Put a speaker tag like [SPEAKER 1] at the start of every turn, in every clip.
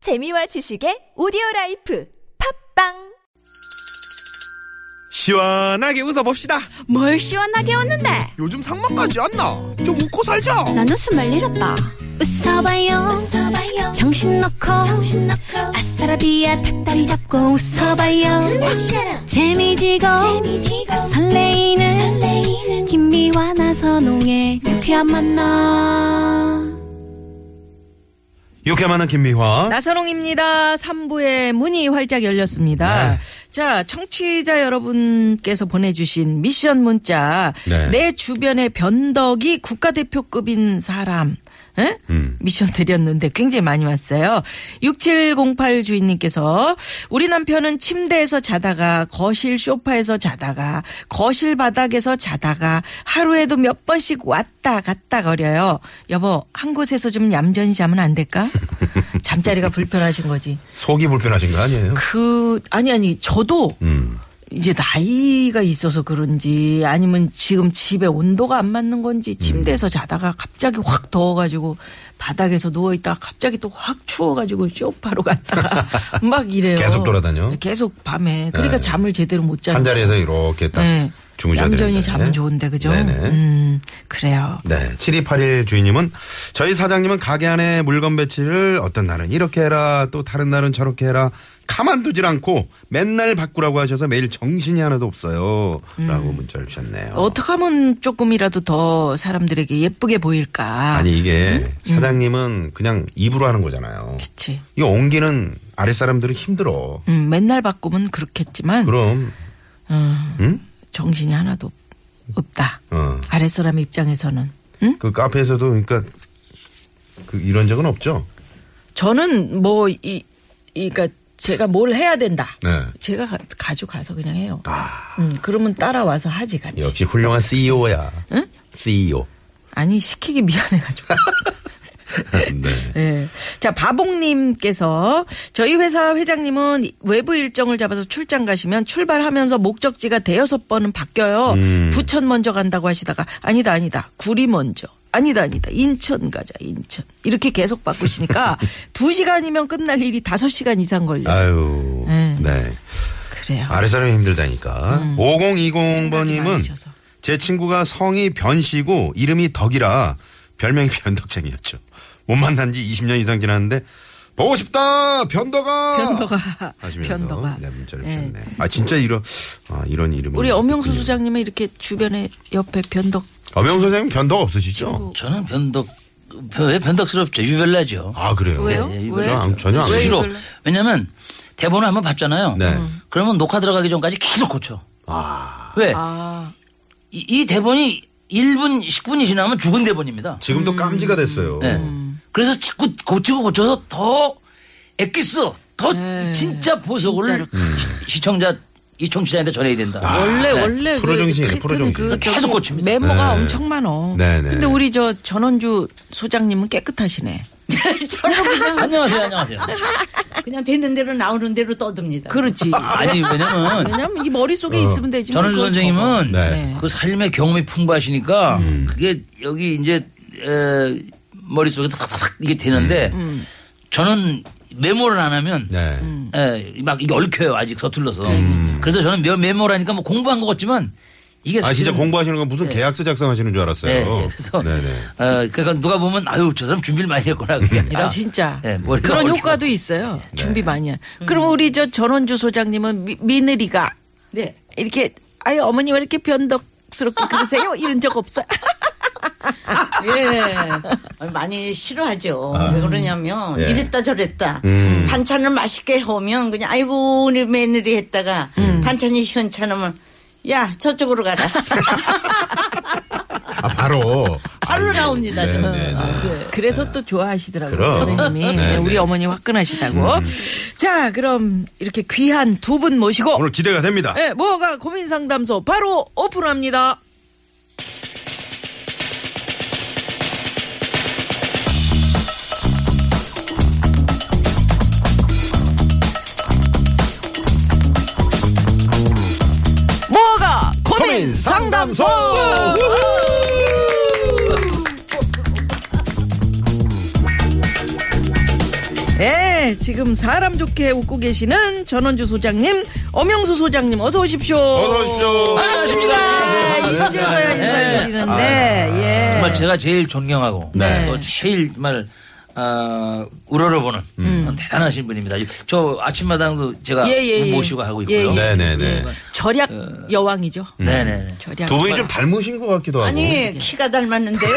[SPEAKER 1] 재미와 지식의 오디오 라이프 팝빵
[SPEAKER 2] 시원하게 웃어봅시다.
[SPEAKER 3] 뭘 시원하게 웃는데
[SPEAKER 2] 요즘 상만까지 안 나. 좀 웃고 살자.
[SPEAKER 3] 난 웃음을 잃었다 웃어봐요, 정신 놓고 아싸라비아 닭다리 잡고 웃어봐요 재미지고, 설레이는, 김미와 나선홍의 유쾌한 만남
[SPEAKER 2] 유쾌 만한 김미화.
[SPEAKER 4] 나선홍입니다. 3부의 문이 활짝 열렸습니다.
[SPEAKER 2] 네.
[SPEAKER 4] 자, 청취자 여러분께서 보내주신 미션 문자.
[SPEAKER 2] 네.
[SPEAKER 4] 내 주변의 변덕이 국가대표급인 사람. 에? 미션 드렸는데 굉장히 많이 왔어요. 6708 주인님께서 우리 남편은 침대에서 자다가 거실 소파에서 자다가 거실 바닥에서 자다가 하루에도 몇 번씩 왔다 갔다 거려요. 여보, 한 곳에서 좀 얌전히 자면 안 될까? 잠자리가 불편하신 거지.
[SPEAKER 2] 속이 불편하신 거 아니에요?
[SPEAKER 4] 그 아니 아니 저도
[SPEAKER 2] 음.
[SPEAKER 4] 이제 나이가 있어서 그런지 아니면 지금 집에 온도가 안 맞는 건지
[SPEAKER 2] 음.
[SPEAKER 4] 침대에서 자다가 갑자기 확 더워가지고 바닥에서 누워있다가 갑자기 또 확 추워가지고 쇼파로 갔다가 막 이래요.
[SPEAKER 2] 계속 돌아다녀?
[SPEAKER 4] 계속 밤에 그러니까
[SPEAKER 2] 네.
[SPEAKER 4] 잠을 제대로 못 자는
[SPEAKER 2] 한 자리에서 이렇게 딱
[SPEAKER 4] 네.
[SPEAKER 2] 주무셔야 되는데.
[SPEAKER 4] 얌전히 자면 좋은데 그죠?
[SPEAKER 2] 네네.
[SPEAKER 4] 음 그래요.
[SPEAKER 2] 네. 7281 주인님은 저희 사장님은 가게 안에 물건 배치를 어떤 날은 이렇게 해라 또 다른 날은 저렇게 해라 가만두질 않고 맨날 바꾸라고 하셔서 매일 정신이 하나도 없어요. 라고 문자를 주셨네요.
[SPEAKER 4] 음. 어떻게 하면 조금이라도 더 사람들에게 예쁘게 보일까?
[SPEAKER 2] 아니 이게
[SPEAKER 4] 음?
[SPEAKER 2] 사장님은 그냥 입으로 하는 거잖아요.
[SPEAKER 4] 그치.
[SPEAKER 2] 이거 옮기는 아랫사람들은 힘들어.
[SPEAKER 4] 음, 맨날 바꾸면 그렇겠지만
[SPEAKER 2] 그럼
[SPEAKER 4] 음,
[SPEAKER 2] 응?
[SPEAKER 4] 정신이 하나도 없다.
[SPEAKER 2] 어.
[SPEAKER 4] 아랫사람 입장에서는. 응?
[SPEAKER 2] 그 카페에서도 그러니까 그 이런 적은 없죠.
[SPEAKER 4] 저는 뭐, 이, 이, 그니까 제가 뭘 해야 된다.
[SPEAKER 2] 네.
[SPEAKER 4] 제가 가, 가져가서 그냥 해요.
[SPEAKER 2] 아
[SPEAKER 4] 음, 그러면 따라와서 하지 같이.
[SPEAKER 2] 역시 훌륭한 E CEO야. E
[SPEAKER 4] 응?
[SPEAKER 2] CEO.
[SPEAKER 4] 아니, 시키기 미안해가지고.
[SPEAKER 2] 네.
[SPEAKER 4] 예. 자, 바봉님께서 저희 회사 회장님은 외부 일정을 잡아서 출장 가시면 출발하면서 목적지가 대여섯 번은 바뀌어요.
[SPEAKER 2] 음.
[SPEAKER 4] 부천 먼저 간다고 하시다가 아니다, 아니다. 구리 먼저. 아니다, 아니다. 인천 가자, 인천. 이렇게 계속 바꾸시니까 두시간이면 끝날 일이 다섯 시간 이상 걸려요.
[SPEAKER 2] 아유.
[SPEAKER 4] 네.
[SPEAKER 2] 네.
[SPEAKER 4] 그래요.
[SPEAKER 2] 아랫사람이 힘들다니까. 5020번님은
[SPEAKER 4] 많으셔서.
[SPEAKER 2] 제 친구가 성이 변씨고 이름이 덕이라 별명이 변덕쟁이였죠. 못 만난 지 20년 이상 지났는데 보고 싶다 변덕아.
[SPEAKER 4] 변덕아.
[SPEAKER 2] 하시면서
[SPEAKER 4] 변덕아.
[SPEAKER 2] 네, 문자를
[SPEAKER 4] 예.
[SPEAKER 2] 주셨네. 아 진짜 이런 아, 이런 이름.
[SPEAKER 4] 우리 엄영수 소장님은 이렇게 주변에 옆에 변덕
[SPEAKER 2] 엄영수 소장님 변덕 없으시죠?
[SPEAKER 4] 친구.
[SPEAKER 5] 저는 변덕 왜 변덕스럽죠 유별나죠.
[SPEAKER 2] 아 그래요?
[SPEAKER 4] 왜요?
[SPEAKER 5] 예,
[SPEAKER 4] 왜?
[SPEAKER 2] 전혀 안- 전혀 안
[SPEAKER 4] 왜
[SPEAKER 2] 싫어.
[SPEAKER 5] 싫어.
[SPEAKER 4] 이걸로?
[SPEAKER 5] 왜냐면 대본을 한번 봤잖아요.
[SPEAKER 2] 네.
[SPEAKER 5] 그러면 녹화 들어가기 전까지 계속 고쳐.
[SPEAKER 2] 아
[SPEAKER 5] 왜?
[SPEAKER 4] 아,
[SPEAKER 5] 이, 이 대본이 1분 10분이 지나면 죽은 대본입니다.
[SPEAKER 2] 지금도
[SPEAKER 6] 음.
[SPEAKER 2] 깜지가 됐어요.
[SPEAKER 5] 예.
[SPEAKER 2] 음.
[SPEAKER 5] 그래서 자꾸 고치고 고쳐서 더 액기스 더 네. 진짜 보석을 시- 시청자 이 청취자한테 전해야 된다.
[SPEAKER 4] 원래
[SPEAKER 5] 네.
[SPEAKER 4] 원래
[SPEAKER 2] 프로 아, 정신이네,
[SPEAKER 4] 그
[SPEAKER 2] 프로 정신.
[SPEAKER 4] 그
[SPEAKER 5] 계속
[SPEAKER 4] 저기
[SPEAKER 5] 고칩니다.
[SPEAKER 4] 메모가
[SPEAKER 2] 네.
[SPEAKER 4] 엄청 많어.
[SPEAKER 2] 네, 네.
[SPEAKER 4] 근데 우리 저 전원주 소장님은 깨끗하시네.
[SPEAKER 5] 안녕하세요, 안녕하세요.
[SPEAKER 6] 그냥 되는 대로 나오는 대로 떠듭니다.
[SPEAKER 4] 그렇지.
[SPEAKER 5] 아니 왜냐면
[SPEAKER 4] 왜냐면 이 머릿속에
[SPEAKER 2] 어.
[SPEAKER 4] 있으면 되지. 뭐
[SPEAKER 5] 전원주
[SPEAKER 4] 그걸
[SPEAKER 5] 선생님은
[SPEAKER 2] 네. 음.
[SPEAKER 4] 네.
[SPEAKER 5] 그 삶의 경험이 풍부하시니까 그게 여기 이제 에, 머릿속에 탁탁탁 이게 되는데 저는 메모를 안 하면
[SPEAKER 2] 음. 네. 음.
[SPEAKER 5] 에, 막 이게 얽혀요 아직 서툴러서 그래서 저는 몇 메모를 하니까 뭐 공부한 것 같지만 이게
[SPEAKER 2] 아 진짜
[SPEAKER 6] 음.
[SPEAKER 5] 사실은-
[SPEAKER 2] 공부하시는 건 무슨 계약서 작성하시는 줄 알았어요.
[SPEAKER 5] 네, 그래서
[SPEAKER 2] 네네. 음.
[SPEAKER 5] 어, 그러니까 누가 보면 아유 저 사람 준비를 많이 했구나 그게
[SPEAKER 4] 적어.
[SPEAKER 5] 아니라
[SPEAKER 4] 나 진짜
[SPEAKER 5] 네, 머리가 네.
[SPEAKER 4] 그런
[SPEAKER 5] 얽히고.
[SPEAKER 4] 효과도 있어요. 준비 많이 한.
[SPEAKER 5] 음.
[SPEAKER 4] 그럼 우리 저 전원주 소장님은 미, 미느리가
[SPEAKER 6] 네.
[SPEAKER 4] 이렇게 아예 어머니 왜 이렇게 변덕스럽게 그러세요? 이런 적 없어요.
[SPEAKER 6] 예. 많이 싫어하죠. 왜 그러냐면
[SPEAKER 2] 아. 예. 음.
[SPEAKER 6] 이랬다 저랬다. 반찬을 맛있게 해오면 그냥 아이고 오늘 며느리 했다가
[SPEAKER 2] 음.
[SPEAKER 6] 반찬이 시원찮으면 야 저쪽으로 가라.
[SPEAKER 2] 아 바로 네,
[SPEAKER 6] 바로 나옵니다, 저는.
[SPEAKER 5] 아,
[SPEAKER 2] 네네.
[SPEAKER 4] 그래서 또 좋아하시더라고요.
[SPEAKER 2] 그럼.
[SPEAKER 4] 선생님이.
[SPEAKER 2] 네,
[SPEAKER 4] 네, 우리
[SPEAKER 2] 네. 음.
[SPEAKER 4] 어머니 화끈하시다고. 자, 그럼 이렇게 귀한 두 분 모시고
[SPEAKER 2] 오늘 기대가 됩니다.
[SPEAKER 4] 예, 뭐가 고민 상담소 바로 오픈합니다. 뭐가 고민
[SPEAKER 2] 고민 상담소.
[SPEAKER 4] 상담소! 예, 지금 사람 좋게 웃고 계시는 전원주 소장님, 엄영수 소장님 어서 오십시오.
[SPEAKER 2] 어서 오십시오.
[SPEAKER 6] 예.
[SPEAKER 4] 반갑습니다.
[SPEAKER 2] 네.
[SPEAKER 4] 아, 이제서야 인사를
[SPEAKER 5] 네.
[SPEAKER 4] 아, 드리는데 예.
[SPEAKER 5] 정말 제가 제일 존경하고
[SPEAKER 2] 네.
[SPEAKER 5] 또 제일 정말 어, 우러러보는 그런 대단하신 분입니다. 저 아침마당도 제가
[SPEAKER 4] 음. 예, 예, 예.
[SPEAKER 5] 모시고 하고
[SPEAKER 4] 예,
[SPEAKER 5] 있고요.
[SPEAKER 4] 예.
[SPEAKER 2] 네네네.
[SPEAKER 4] 절약 여왕이죠.
[SPEAKER 5] 네네.
[SPEAKER 4] 절약.
[SPEAKER 2] 두 분이 좀 닮으신 것 같기도 하고.
[SPEAKER 6] 아니 키가 닮았는데요.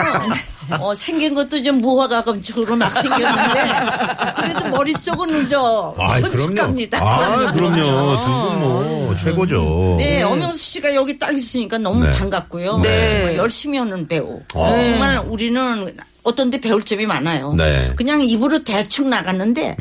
[SPEAKER 6] 어, 생긴 것도 좀 무화과 감축으로 막 생겼는데 그래도 머릿속은 저
[SPEAKER 2] 아이,
[SPEAKER 6] 솔직합니다. 어.
[SPEAKER 2] 아, 그럼요. 두 분 뭐, 최고죠.
[SPEAKER 6] 네, 엄영수 씨가 여기 딱 있으니까 너무
[SPEAKER 2] 네.
[SPEAKER 6] 반갑고요.
[SPEAKER 2] 네.
[SPEAKER 6] 정말 열심히 하는 배우.
[SPEAKER 2] 아.
[SPEAKER 6] 정말 우리는 어떤 데 배울 점이 많아요.
[SPEAKER 2] 네. 음.
[SPEAKER 6] 그냥 입으로 대충 나갔는데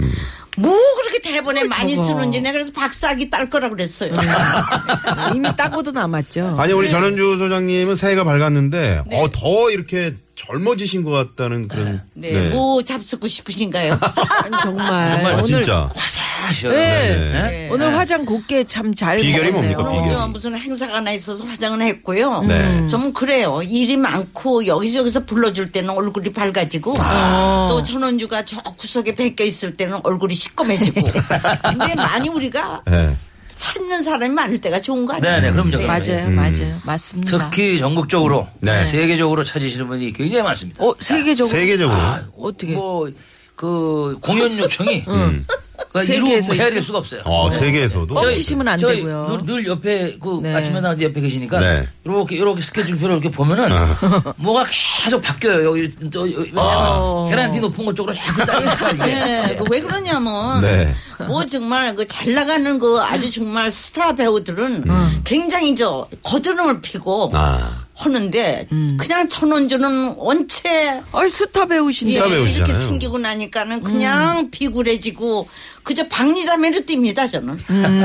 [SPEAKER 6] 뭐 그렇게 대본에 많이 쓰는지 내가 그래서 박사학위 딸 거라 그랬어요.
[SPEAKER 2] 음.
[SPEAKER 4] 아, 이미 따고도 남았죠.
[SPEAKER 2] 아니,
[SPEAKER 6] 네.
[SPEAKER 2] 우리 전현주 소장님은 새해가 밝았는데, 어, 더 이렇게 젊어지신 것 같다는 그런.
[SPEAKER 6] 네, 뭐 잡수고 싶으신가요?
[SPEAKER 4] 정말,
[SPEAKER 5] 정말
[SPEAKER 2] 아,
[SPEAKER 4] 오늘
[SPEAKER 2] 진짜.
[SPEAKER 5] 화사하셔.
[SPEAKER 4] 네.
[SPEAKER 5] 네.
[SPEAKER 4] 오늘 화장 곱게 참 잘.
[SPEAKER 2] 비결이 뭡니까,
[SPEAKER 4] 먹었네요.
[SPEAKER 2] 비결?
[SPEAKER 6] 어, 저 무슨 행사가 하나 있어서 화장은 했고요.
[SPEAKER 2] 네.
[SPEAKER 6] 좀 그래요. 일이 많고 여기저기서 불러줄 때는 얼굴이 밝아지고 또 천원주가 저 구석에 베껴 있을 때는 얼굴이 시꺼매지고. 근데 많이 우리가
[SPEAKER 2] 네.
[SPEAKER 6] 찾는 사람이 많을 때가 좋은 거 아니에요?
[SPEAKER 5] 네네, 그럼요. 그럼요.
[SPEAKER 4] 맞아요,
[SPEAKER 2] 음.
[SPEAKER 4] 맞아요, 맞습니다.
[SPEAKER 5] 특히 전국적으로
[SPEAKER 2] 네.
[SPEAKER 5] 세계적으로 찾으시는 분이 굉장히 많습니다. 뭐,
[SPEAKER 4] 어 세계적으로
[SPEAKER 2] 세계적으로.
[SPEAKER 5] 아,
[SPEAKER 4] 어떻게? 음.
[SPEAKER 5] 뭐그 공연 요청이 그러니까
[SPEAKER 4] 세계에서
[SPEAKER 5] 이루 해야
[SPEAKER 4] 있어요?
[SPEAKER 5] 될 수가 없어요.
[SPEAKER 2] 어, 세계에서도.
[SPEAKER 4] 뻥치시면 안
[SPEAKER 5] 저희
[SPEAKER 4] 되고요.
[SPEAKER 5] 늘, 늘 옆에 그
[SPEAKER 4] 네.
[SPEAKER 5] 아침에 나한테 옆에 계시니까
[SPEAKER 2] 네. 어.
[SPEAKER 5] 이렇게 이렇게 스케줄표를 이렇게 보면은 뭐가 계속 바뀌어요. 여기 또 여기 왜냐면 계란티 높은 것 쪽으로 자꾸 쌓이니까 이게.
[SPEAKER 6] 네, 그왜 그러냐면
[SPEAKER 2] 네.
[SPEAKER 6] 뭐 정말 그 잘 나가는 그 아주 정말 스타 배우들은 굉장히 저 거드름을 피고
[SPEAKER 2] 음. 아.
[SPEAKER 6] 하는데 그냥 천원주는 원체
[SPEAKER 4] 아이 스타 어, 배우신데.
[SPEAKER 6] 예,
[SPEAKER 2] 스타 배우시잖아요.
[SPEAKER 6] 이렇게 생기고 나니까는 그냥 비굴해지고 그저 박리담에로 뜁니다 저는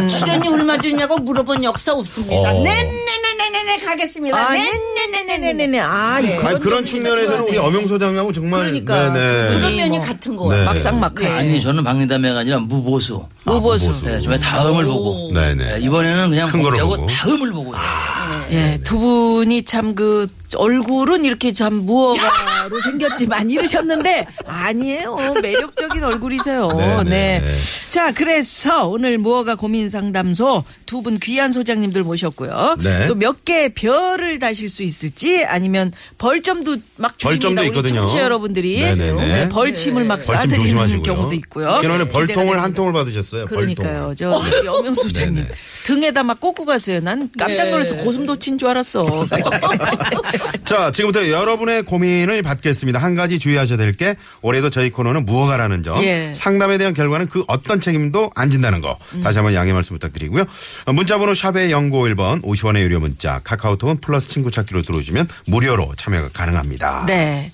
[SPEAKER 6] 출연이 얼마 주냐고 물어본 역사 없습니다. 네,
[SPEAKER 2] 어.
[SPEAKER 6] 네네네네네네 가겠습니다.
[SPEAKER 4] 아,
[SPEAKER 6] 네네네네네
[SPEAKER 4] 네네네네. 아
[SPEAKER 6] 네.
[SPEAKER 4] 이거
[SPEAKER 2] 아니, 그런 측면에서는 우리 엄영 소장님하고 정말.
[SPEAKER 4] 그러니까.
[SPEAKER 6] 그런
[SPEAKER 2] 네네.
[SPEAKER 6] 면이 같은 거예요.
[SPEAKER 2] 네.
[SPEAKER 4] 막상 막하지.
[SPEAKER 5] 아니 저는 박리담회가 아니라 무보수.
[SPEAKER 2] 아, 무보수.
[SPEAKER 5] 네, 정말 다음을 보고. 네,
[SPEAKER 2] 네네.
[SPEAKER 5] 이번에는 그냥
[SPEAKER 2] 큰 거를
[SPEAKER 5] 공짜고
[SPEAKER 2] 보고. 아,
[SPEAKER 5] 다음을 보고.
[SPEAKER 2] 네,
[SPEAKER 4] 예, 두 분이 참 그 얼굴은 이렇게 참 무어가로 생겼지만 이러셨는데 아니에요. 매력적인 얼굴이세요.
[SPEAKER 2] 네, 네.
[SPEAKER 4] 네. 자, 그래서 오늘 무어가 고민 상담소 두 분 귀한 소장님들 모셨고요.
[SPEAKER 2] 네.
[SPEAKER 4] 또 몇 개의 별을 다실 수 있을지 아니면 벌점도 막 주십니다.
[SPEAKER 2] 벌점도
[SPEAKER 4] 우리
[SPEAKER 2] 있거든요.
[SPEAKER 4] 청취자 여러분들이
[SPEAKER 2] 네, 네, 네.
[SPEAKER 4] 네, 벌침을 막
[SPEAKER 2] 벌침
[SPEAKER 4] 쏴드리는
[SPEAKER 2] 조심하시고요.
[SPEAKER 4] 경우도 있고요.
[SPEAKER 2] 지난번에
[SPEAKER 4] 기대가
[SPEAKER 2] 벌통을
[SPEAKER 4] 됩니다.
[SPEAKER 2] 한 통을 받으셨어요.
[SPEAKER 4] 그러니까요.
[SPEAKER 2] 벌통.
[SPEAKER 4] 저 우리 엄영 소장님
[SPEAKER 2] 네, 네.
[SPEAKER 4] 등에다 막 꽂고 갔어요. 난 깜짝 놀라서 고슴도치인 줄 알았어. 그러니까,
[SPEAKER 2] 자, 지금부터 여러분의 고민을 받겠습니다. 한 가지 주의하셔야 될 게 올해도 저희 코너는 무허가라는 점.
[SPEAKER 4] 예.
[SPEAKER 2] 상담에 대한 결과는 그 어떤 책임도 안 진다는 거.
[SPEAKER 4] 음.
[SPEAKER 2] 다시 한번 양해 말씀 부탁드리고요. 어, 문자번호 샵의 0951번 50원의 유료 문자 카카오톡은 플러스 친구 찾기로 들어오시면 무료로 참여가 가능합니다.
[SPEAKER 4] 네.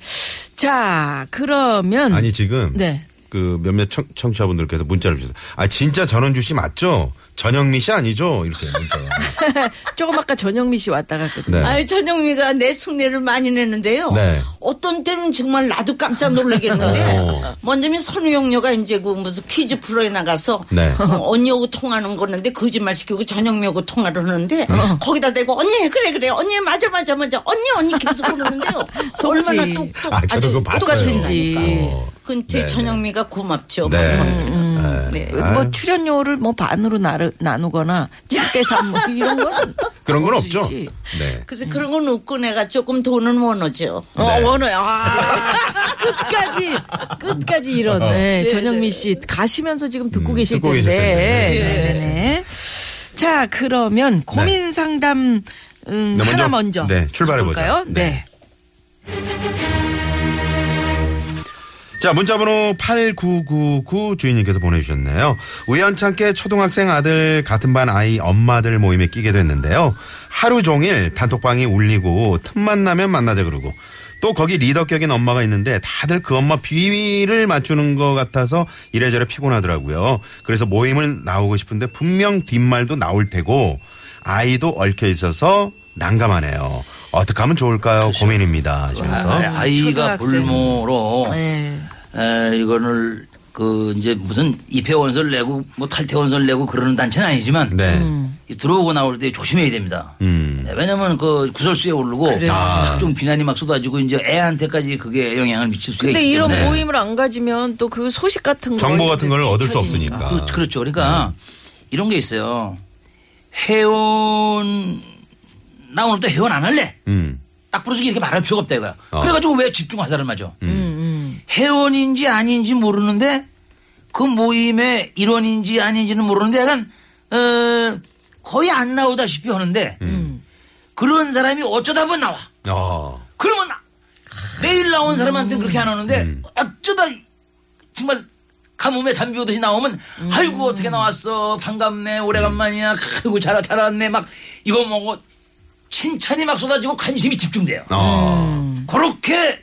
[SPEAKER 4] 자, 그러면
[SPEAKER 2] 아니 지금
[SPEAKER 4] 네.
[SPEAKER 2] 그 몇몇 청, 취자분들께서 문자를 주셨어요. 아 진짜 전원주 씨 맞죠? 전영미 씨 아니죠? 이렇게 문자가.
[SPEAKER 4] 조금 아까 전영미 씨 왔다 갔거든요.
[SPEAKER 2] 네.
[SPEAKER 6] 아유 전영미가 내 흉내를 많이 내는데요.
[SPEAKER 2] 네.
[SPEAKER 6] 어떤 때는 정말 나도 깜짝 놀라겠는데
[SPEAKER 2] 어.
[SPEAKER 6] 먼저면 선우영녀가 이제 그 무슨 퀴즈 프로에 나가서
[SPEAKER 2] 네.
[SPEAKER 6] 어, 언니하고 통하는 거는데 거짓말 시키고 전영미하고 통화를
[SPEAKER 2] 네.
[SPEAKER 6] 하는데 거기다 대고 언니 그래 그래 언니 맞아 맞아 맞아 언니 언니 계속 그러는데요.
[SPEAKER 4] 속지.
[SPEAKER 6] 얼마나 똑똑
[SPEAKER 2] 아, 저도 그거 봤어요.
[SPEAKER 4] 똑같은지.
[SPEAKER 2] 어.
[SPEAKER 6] 그건 제
[SPEAKER 2] 네, 네.
[SPEAKER 6] 전영미가 고맙죠.
[SPEAKER 2] 네.
[SPEAKER 6] 마지막에.
[SPEAKER 2] 네.
[SPEAKER 6] 네.
[SPEAKER 4] 뭐
[SPEAKER 2] 아유.
[SPEAKER 4] 출연료를 뭐 반으로 나르, 나누거나 7대3 뭐 이런 건
[SPEAKER 2] 그런 건
[SPEAKER 4] 없지.
[SPEAKER 2] 없죠. 네.
[SPEAKER 6] 그래서 그런 건 웃고 내가 조금 돈은 원어죠.
[SPEAKER 4] 어,
[SPEAKER 2] 네.
[SPEAKER 4] 원어요. 아, 끝까지, 끝까지 이런. 네, 전영미 씨 가시면서 지금 듣고 계실
[SPEAKER 2] 어. 음, 듣고 계실
[SPEAKER 4] 텐데.
[SPEAKER 2] 텐데.
[SPEAKER 4] 네, 네, 네. 자, 그러면 고민 상담 음,
[SPEAKER 2] 네,
[SPEAKER 4] 하나
[SPEAKER 2] 먼저,
[SPEAKER 4] 먼저.
[SPEAKER 2] 네, 출발해보죠.
[SPEAKER 4] 볼까요?
[SPEAKER 2] 네.
[SPEAKER 4] 네.
[SPEAKER 2] 자, 문자번호 8999 주인님께서 보내주셨네요. 우연찮게 초등학생 아들 같은 반 아이 엄마들 모임에 끼게 됐는데요. 하루 종일 단톡방이 울리고 틈만 나면 만나자 그러고 또 거기 리더격인 엄마가 있는데 다들 그 엄마 비위를 맞추는 것 같아서 이래저래 피곤하더라고요. 그래서 모임을 나오고 싶은데 분명 뒷말도 나올 테고 아이도 얽혀 있어서 난감하네요. 어떻게 하면 좋을까요?
[SPEAKER 5] 아.
[SPEAKER 2] 고민입니다. 하시면서.
[SPEAKER 5] 네, 아이가
[SPEAKER 4] 초등학생.
[SPEAKER 5] 볼모로
[SPEAKER 4] 네.
[SPEAKER 5] 에, 이거를 그 이제 무슨 입회 원서를 내고 뭐 탈퇴 원서를 내고 그러는 단체는 아니지만
[SPEAKER 2] 네.
[SPEAKER 5] 이 들어오고 나올 때 조심해야 됩니다.
[SPEAKER 2] 음. 아.
[SPEAKER 5] 네, 왜냐면 그 구설수에 오르고 각종 비난이 막 쏟아지고 이제 애한테까지 그게 영향을 미칠 수가
[SPEAKER 4] 근데
[SPEAKER 5] 있기
[SPEAKER 4] 이런
[SPEAKER 5] 때문에
[SPEAKER 4] 모임을 안 가지면 또 그 소식 같은 거
[SPEAKER 2] 네. 정보 같은 걸 얻을 수
[SPEAKER 4] 뒤처지니까.
[SPEAKER 2] 없으니까.
[SPEAKER 5] 그, 그렇죠. 그러니까
[SPEAKER 2] 네.
[SPEAKER 5] 이런 게 있어요. 회원 나 오늘부터 회원 안 할래.
[SPEAKER 2] 음.
[SPEAKER 5] 딱 부러지게 이렇게 말할 필요가 없다 이거야.
[SPEAKER 2] 어.
[SPEAKER 5] 그래가지고 왜 집중 화살을 맞아? 회원인지 아닌지 모르는데 그 모임의 일원인지 아닌지는 모르는데 약간 어, 거의 안 나오다시피 하는데 그런 사람이 어쩌다 보면 나와.
[SPEAKER 2] 어.
[SPEAKER 5] 그러면 매일 나온 사람한테 그렇게 안 하는데 어쩌다 정말 가뭄에 담비 오듯이 나오면 아이고 어떻게 나왔어 반갑네 오래간만이야 아이고 잘 잘왔네 막 이거 뭐고 칭찬이 막 쏟아지고 관심이 집중돼요.
[SPEAKER 2] 어.
[SPEAKER 5] 그렇게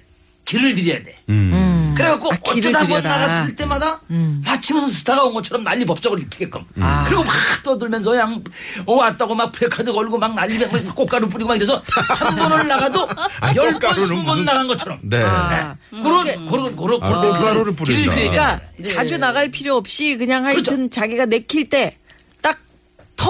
[SPEAKER 5] 길을 들여야 돼.
[SPEAKER 2] 음.
[SPEAKER 5] 그래갖고
[SPEAKER 4] 아, 길을
[SPEAKER 5] 어쩌다 한번
[SPEAKER 4] 들여라.
[SPEAKER 5] 나갔을 때마다 마치 무슨 스타가 온 것처럼 난리 법적을 일으키게끔
[SPEAKER 2] 음. 아.
[SPEAKER 5] 그리고 막 떠들면서 양 어, 왔다고 막 플래카드 걸고 막 난리면 막 꽃가루 뿌리고 막 이래서 한 번을 나가도 열 번,
[SPEAKER 2] 아, 꽃가루는
[SPEAKER 5] 스무
[SPEAKER 2] 무슨-
[SPEAKER 5] 번 나간 것처럼
[SPEAKER 2] 네.
[SPEAKER 4] 아.
[SPEAKER 5] 네. 그런 그런 그런
[SPEAKER 2] 아,
[SPEAKER 5] 그런
[SPEAKER 2] 꽃가루를
[SPEAKER 5] 길을
[SPEAKER 2] 뿌린다. 아.
[SPEAKER 5] 들여야 돼.
[SPEAKER 4] 그러니까
[SPEAKER 2] 네.
[SPEAKER 4] 자주 나갈 필요 없이 그냥 하여튼 자기가 내킬 때 딱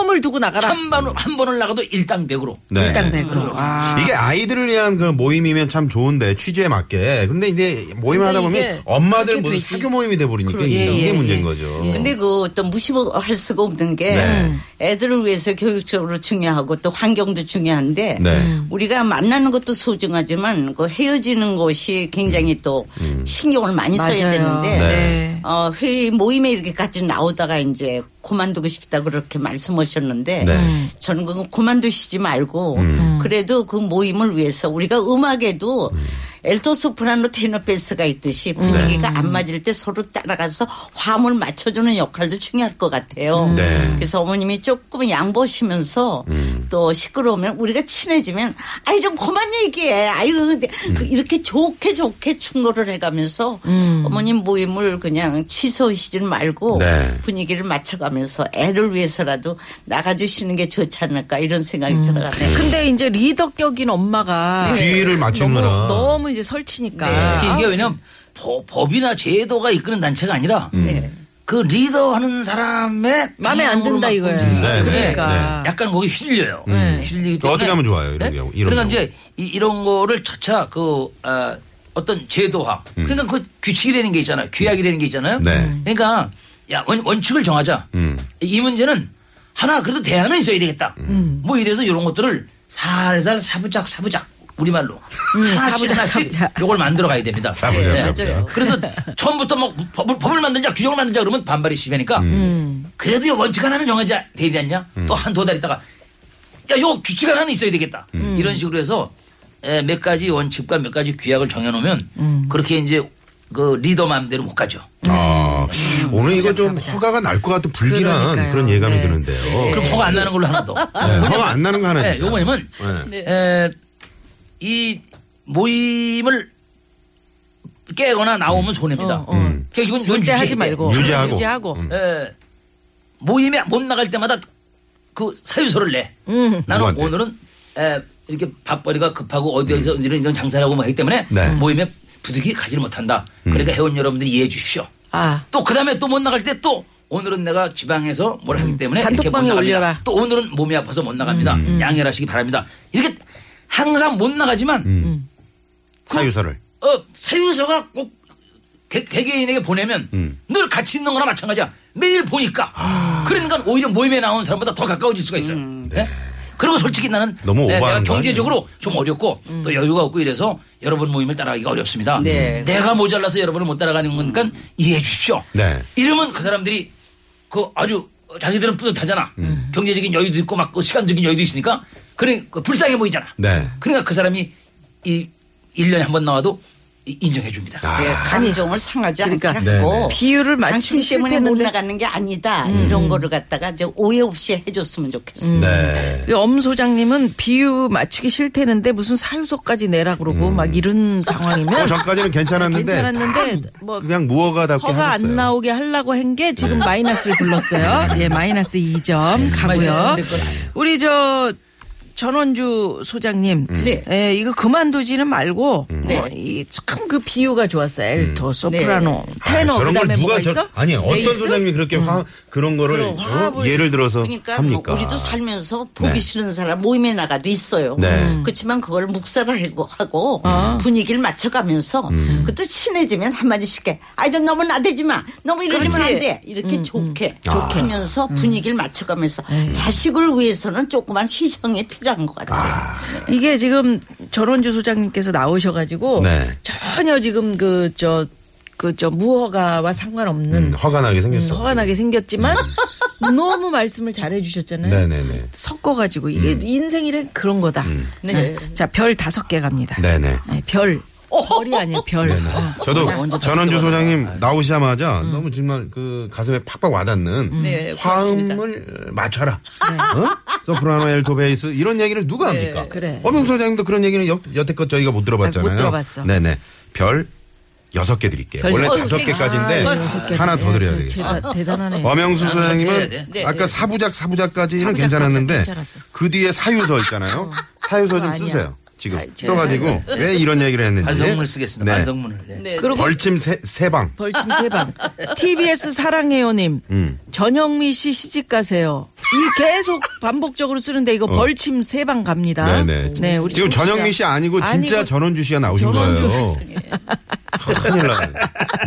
[SPEAKER 4] 텀을 두고 나가라.
[SPEAKER 5] 한 번을 한 번을 나가도 일당백으로
[SPEAKER 2] 네.
[SPEAKER 4] 일당백으로. 아.
[SPEAKER 2] 이게 아이들을 위한 그런 모임이면 참 좋은데 취지에 맞게. 근데 이제 모임을 하다
[SPEAKER 4] 근데
[SPEAKER 2] 보면
[SPEAKER 4] 이게
[SPEAKER 2] 엄마들
[SPEAKER 4] 그렇게
[SPEAKER 2] 모두
[SPEAKER 4] 되지.
[SPEAKER 2] 사교 모임이 돼 버리니까 이게
[SPEAKER 6] 예, 예,
[SPEAKER 2] 그렇죠. 문제인
[SPEAKER 6] 예.
[SPEAKER 2] 거죠.
[SPEAKER 6] 근데 그 어떤 무시할 수가 없는 게
[SPEAKER 2] 네.
[SPEAKER 6] 애들을 위해서 교육적으로 중요하고 또 환경도 중요한데
[SPEAKER 2] 네. 음.
[SPEAKER 6] 우리가 만나는 것도 소중하지만 그 헤어지는 것이 굉장히 또
[SPEAKER 2] 음.
[SPEAKER 6] 신경을 많이 써야
[SPEAKER 4] 맞아요.
[SPEAKER 6] 되는데
[SPEAKER 4] 네.
[SPEAKER 6] 어, 회의 모임에 이렇게까지 나오다가 이제 그만두고 싶다 그렇게 말씀하셨는데
[SPEAKER 2] 네. 음.
[SPEAKER 6] 저는 그거 그만두시지 말고 그래도 그 모임을 위해서 우리가 음악에도 엘토소프라노 테너 베스가 있듯이 분위기가
[SPEAKER 2] 네.
[SPEAKER 6] 안 맞을 때 서로 따라가서 화음을 맞춰주는 역할도 중요할 것 같아요.
[SPEAKER 2] 네.
[SPEAKER 6] 그래서 어머님이 조금 양보하시면서
[SPEAKER 2] 음.
[SPEAKER 6] 또 시끄러우면 우리가 친해지면 아이 좀 그만 얘기해. 아이고 근데
[SPEAKER 2] 음.
[SPEAKER 6] 그 이렇게 좋게 좋게 충고를 해가면서
[SPEAKER 4] 음.
[SPEAKER 6] 어머님 모임을 그냥 취소하시지 말고
[SPEAKER 2] 네.
[SPEAKER 6] 분위기를 맞춰가면서 애를 위해서라도 나가주시는 게 좋지 않을까 이런
[SPEAKER 4] 음.
[SPEAKER 6] 생각이 들어가네요.
[SPEAKER 4] 근데 이제 리더격인 엄마가
[SPEAKER 2] 비위를
[SPEAKER 4] 너무,
[SPEAKER 2] 네. 맞추느라. 네.
[SPEAKER 4] 너무 이제 설치니까.
[SPEAKER 5] 아,
[SPEAKER 4] 아.
[SPEAKER 5] 이게, 이게 왜냐면 법- 법이나 제도가 이끄는 단체가 아니라
[SPEAKER 2] 네.
[SPEAKER 5] 그 리더하는 사람의
[SPEAKER 4] 음. 마음에 안 든다
[SPEAKER 5] 방향으로
[SPEAKER 4] 이거예요.
[SPEAKER 5] 막
[SPEAKER 2] 네,
[SPEAKER 5] 움직이기 때문에
[SPEAKER 4] 그러니까. 네.
[SPEAKER 5] 약간 거기 휘둘려요. 휘둘리기 때문에
[SPEAKER 2] 음. 그러니까 어떻게 하면 좋아요, 이런
[SPEAKER 5] 네?
[SPEAKER 2] 경우, 이런
[SPEAKER 5] 그러니까
[SPEAKER 2] 경우.
[SPEAKER 5] 이제 이, 이런 거를 차차 그 아, 어떤 제도화. 그러니까 그 규칙이라는 게 있잖아요. 규약이라는 게 있잖아요.
[SPEAKER 2] 음.
[SPEAKER 4] 음.
[SPEAKER 2] 네.
[SPEAKER 5] 그러니까 야 원, 원칙을 정하자.
[SPEAKER 2] 음.
[SPEAKER 5] 이 문제는 하나 그래도 대안은 있어야 되겠다.
[SPEAKER 4] 음.
[SPEAKER 5] 뭐 이래서 이런 것들을 살살 사부작 사부작 우리말로 하나씩
[SPEAKER 4] 음, 사부작,
[SPEAKER 5] 하나씩
[SPEAKER 4] 사부작.
[SPEAKER 5] 요걸 만들어 가야 됩니다.
[SPEAKER 2] 사부작,
[SPEAKER 5] 네.
[SPEAKER 2] 사부작. 맞아요.
[SPEAKER 5] 그래서 처음부터 막 법을, 법을 만들자 규정을 만들자 그러면 반발이 심하니까
[SPEAKER 2] 음.
[SPEAKER 5] 그래도 요 원칙 하나는 정하자 되지 않냐? 또 한 두 달 있다가 야, 요 규칙 하나는 있어야 되겠다.
[SPEAKER 2] 음.
[SPEAKER 5] 이런 식으로 해서 에, 몇 가지 원칙과 몇 가지 규약을 정해놓으면
[SPEAKER 4] 음.
[SPEAKER 5] 그렇게 이제 그 리더 마음대로 못 가죠.
[SPEAKER 2] 아,
[SPEAKER 4] 음.
[SPEAKER 2] 오늘 이거 좀 허가가 날 것 같은 불길한
[SPEAKER 4] 그러니까요.
[SPEAKER 2] 그런 예감이
[SPEAKER 4] 네. 아,
[SPEAKER 2] 드는데요.
[SPEAKER 5] 그럼 허가 안 나는 걸로 하나 더.
[SPEAKER 2] 어. 네, 허가 안 나는 거 하나
[SPEAKER 5] 네,
[SPEAKER 2] 주세요.
[SPEAKER 5] 요거냐면
[SPEAKER 2] 네.
[SPEAKER 5] 에, 이 모임을 깨거나 나오면 손해입니다.
[SPEAKER 2] 음.
[SPEAKER 5] 그러니까 이건, 이건
[SPEAKER 4] 어, 절대
[SPEAKER 5] 유지해야
[SPEAKER 4] 하지
[SPEAKER 5] 돼.
[SPEAKER 4] 말고.
[SPEAKER 2] 유지하고.
[SPEAKER 4] 네. 유지하고.
[SPEAKER 2] 음.
[SPEAKER 5] 에, 예. 모임에 못 나갈 때마다 그 사유서를 내.
[SPEAKER 4] 음.
[SPEAKER 5] 나는
[SPEAKER 2] 누구한테?
[SPEAKER 5] 오늘은 에, 이렇게 밥벌이가 급하고 어디에서
[SPEAKER 4] 음.
[SPEAKER 5] 이런, 이런 장사를 하고 막 하기 때문에
[SPEAKER 2] 네.
[SPEAKER 5] 모임에 부득이 가지를 못한다.
[SPEAKER 4] 음.
[SPEAKER 5] 그러니까 회원 여러분들이 이해해 주십시오.
[SPEAKER 4] 아.
[SPEAKER 5] 또 그다음에 또 못 나갈 때 또 오늘은 내가 지방에서 뭘 하기 때문에 이렇게 못
[SPEAKER 4] 음. 단톡방에
[SPEAKER 5] 나갑니다.
[SPEAKER 4] 올려라. 음.
[SPEAKER 5] 또 오늘은 몸이 아파서 못 나갑니다. 양해하시기 바랍니다. 이렇게 항상 못 나가지만
[SPEAKER 4] 음.
[SPEAKER 2] 음. 사유서를.
[SPEAKER 5] 어, 사유서가 꼭 개, 개인에게 보내면
[SPEAKER 2] 음. 아.
[SPEAKER 5] 늘 같이 있는 거나 마찬가지야. 매일 보니까. 그러니까 오히려 모임에 나온 사람보다 더 가까워질 수가 있어요. 네? 그리고 솔직히 나는 네,
[SPEAKER 2] 너무
[SPEAKER 5] 내- 내가
[SPEAKER 2] 오버하는 거
[SPEAKER 5] 경제적으로 좀 어렵고 또 여유가 없고 이래서 여러분 모임을 따라가기가 어렵습니다.
[SPEAKER 6] 네.
[SPEAKER 5] 내가 모자라서 여러분을 못 따라가는 거니까 이해해 주십시오.
[SPEAKER 2] 네.
[SPEAKER 5] 이러면 그 사람들이 그 아주 자기들은 뿌듯하잖아. 경제적인 여유도 있고 막그 시간적인 여유도 있으니까 그래 그 불쌍해 보이잖아.
[SPEAKER 2] 네.
[SPEAKER 5] 그러니까 그 사람이 이 1년에 한 번 나와도 이- 인정해 줍니다.
[SPEAKER 2] 아.
[SPEAKER 6] 예, 감정을 상하지
[SPEAKER 4] 그러니까
[SPEAKER 6] 않게
[SPEAKER 2] 네,
[SPEAKER 6] 하고
[SPEAKER 2] 네.
[SPEAKER 4] 비율을 맞추기
[SPEAKER 6] 당신 때문에 못
[SPEAKER 4] 싫다는데.
[SPEAKER 6] 나가는 게 아니다 이런 거를 갖다가 이제 오해 없이 해줬으면 좋겠어요.
[SPEAKER 2] 음. 네.
[SPEAKER 4] 이엄 소장님은 비유 맞추기 싫대는데 무슨 사유서까지 내라 그러고
[SPEAKER 2] 음.
[SPEAKER 4] 막 이런 상황이면
[SPEAKER 2] 그 전까지는 괜찮았는데.
[SPEAKER 4] 괜찮았는데 뭐
[SPEAKER 2] 그냥 무허가답게
[SPEAKER 4] 허가
[SPEAKER 2] 하셨어요. 네.
[SPEAKER 4] 안 나오게 하려고 한 게 지금 마이너스를 불렀어요. 예, 마이너스 2점 가고요.
[SPEAKER 5] 마이너스 될건 아니에요.
[SPEAKER 4] 우리 저 전원주 소장님,
[SPEAKER 2] 음.
[SPEAKER 6] 네.
[SPEAKER 4] 예, 이거 그만두지는 말고
[SPEAKER 6] 네.
[SPEAKER 4] 참 그 비유가 좋았어요. 엘토, 소프라노, 테너
[SPEAKER 2] 음. 네. 아, 저런 걸
[SPEAKER 4] 그다음에
[SPEAKER 2] 누가
[SPEAKER 4] 뭐가
[SPEAKER 2] 저-
[SPEAKER 4] 있어? 네, 음.
[SPEAKER 2] 아니 어떤
[SPEAKER 6] 베이스?
[SPEAKER 2] 소장님이 그렇게 화, 그런 거를
[SPEAKER 4] 그럼
[SPEAKER 2] 어?
[SPEAKER 4] 화합을-
[SPEAKER 2] 예를 들어서
[SPEAKER 6] 그러니까 뭐
[SPEAKER 2] 합니까?
[SPEAKER 6] 우리도 살면서 보기
[SPEAKER 2] 네.
[SPEAKER 6] 싫은 사람 모임에 나가도 있어요.
[SPEAKER 2] 네. 음.
[SPEAKER 6] 그렇지만 그걸 묵살하려고 하고 분위기를 맞춰가면서 그것도 친해지면 한마디씩 해. 아이 좀 너무 나대지 마. 너무 이러지면
[SPEAKER 4] 그렇지.
[SPEAKER 6] 안 돼. 이렇게 좋게 좋게 하면서 분위기를 맞춰가면서 자식을 위해서는 조그만 시정이 필요한 것 같아요.
[SPEAKER 4] 이게 지금 전원주 소장님께서 나오셔가지고
[SPEAKER 2] 네.
[SPEAKER 4] 전혀 지금 그 저 그 저 무허가와 상관없는
[SPEAKER 2] 음, 화가 나게 생겼어.
[SPEAKER 4] 화가 나게 생겼지만 너무 말씀을 잘해주셨잖아요.
[SPEAKER 2] 음. 네네네. 음.
[SPEAKER 4] 섞어가지고 이게 인생이란 그런 거다.
[SPEAKER 6] 네.
[SPEAKER 4] 자 별 다섯 개 갑니다.
[SPEAKER 2] 네네.
[SPEAKER 4] 아니, 별 별이 아니에요 별.
[SPEAKER 2] 네네.
[SPEAKER 4] 어.
[SPEAKER 6] 자, 먼저
[SPEAKER 2] 저도
[SPEAKER 6] 다시
[SPEAKER 2] 전원주
[SPEAKER 6] 들어가요.
[SPEAKER 2] 소장님
[SPEAKER 4] 아.
[SPEAKER 2] 나오시자마자 너무 정말 그 가슴에 팍팍 와닿는
[SPEAKER 4] 음. 네,
[SPEAKER 2] 화음을 맞춰라. 어? 소프라노 엘토 베이스 이런 얘기를 누가 합니까?
[SPEAKER 4] 네, 그래.
[SPEAKER 2] 엄영 소장님도 그런 얘기는 여, 여태껏 저희가 못 들어봤잖아요.
[SPEAKER 4] 못 들어봤어.
[SPEAKER 2] 네네. 별 여섯 개 드릴게요.
[SPEAKER 4] 별
[SPEAKER 2] 원래
[SPEAKER 4] 여섯
[SPEAKER 2] 다섯
[SPEAKER 6] 개.
[SPEAKER 2] 개까지인데
[SPEAKER 6] 아,
[SPEAKER 4] 여섯 개.
[SPEAKER 2] 네. 하나 더 드려야
[SPEAKER 4] 예,
[SPEAKER 2] 되겠어요.
[SPEAKER 4] 제가 대단하네.
[SPEAKER 2] 엄영수
[SPEAKER 5] 해야
[SPEAKER 2] 소장님은
[SPEAKER 5] 돼.
[SPEAKER 6] 네,
[SPEAKER 2] 아까 사부작 사부작까지는
[SPEAKER 4] 사부작,
[SPEAKER 2] 괜찮았는데
[SPEAKER 4] 사부작 괜찮았어.
[SPEAKER 2] 그 뒤에 사유서 있잖아요. 사유서 좀
[SPEAKER 4] 그거 아니야.
[SPEAKER 2] 쓰세요. 지금
[SPEAKER 4] 아이, 제가
[SPEAKER 2] 써가지고 왜 이런 얘기를 했는지.
[SPEAKER 5] 반성문을 쓰겠습니다.
[SPEAKER 2] 네.
[SPEAKER 5] 반성문을. 네.
[SPEAKER 4] 그리고
[SPEAKER 2] 벌침 세, 세 방.
[SPEAKER 4] 벌침 세방 TBS 사랑해요님
[SPEAKER 2] 음.
[SPEAKER 4] 전영미 씨 시집 가세요. 이 계속 반복적으로 쓰는데 이거 벌침 세방 갑니다.
[SPEAKER 2] 어. 네네.
[SPEAKER 4] 네, 우리
[SPEAKER 2] 지금
[SPEAKER 4] 청취자.
[SPEAKER 2] 전영미 씨 아니고 진짜
[SPEAKER 4] 아니고
[SPEAKER 2] 전원주 씨가 나오신
[SPEAKER 4] 전원주
[SPEAKER 2] 거예요. 아, 큰일 나요.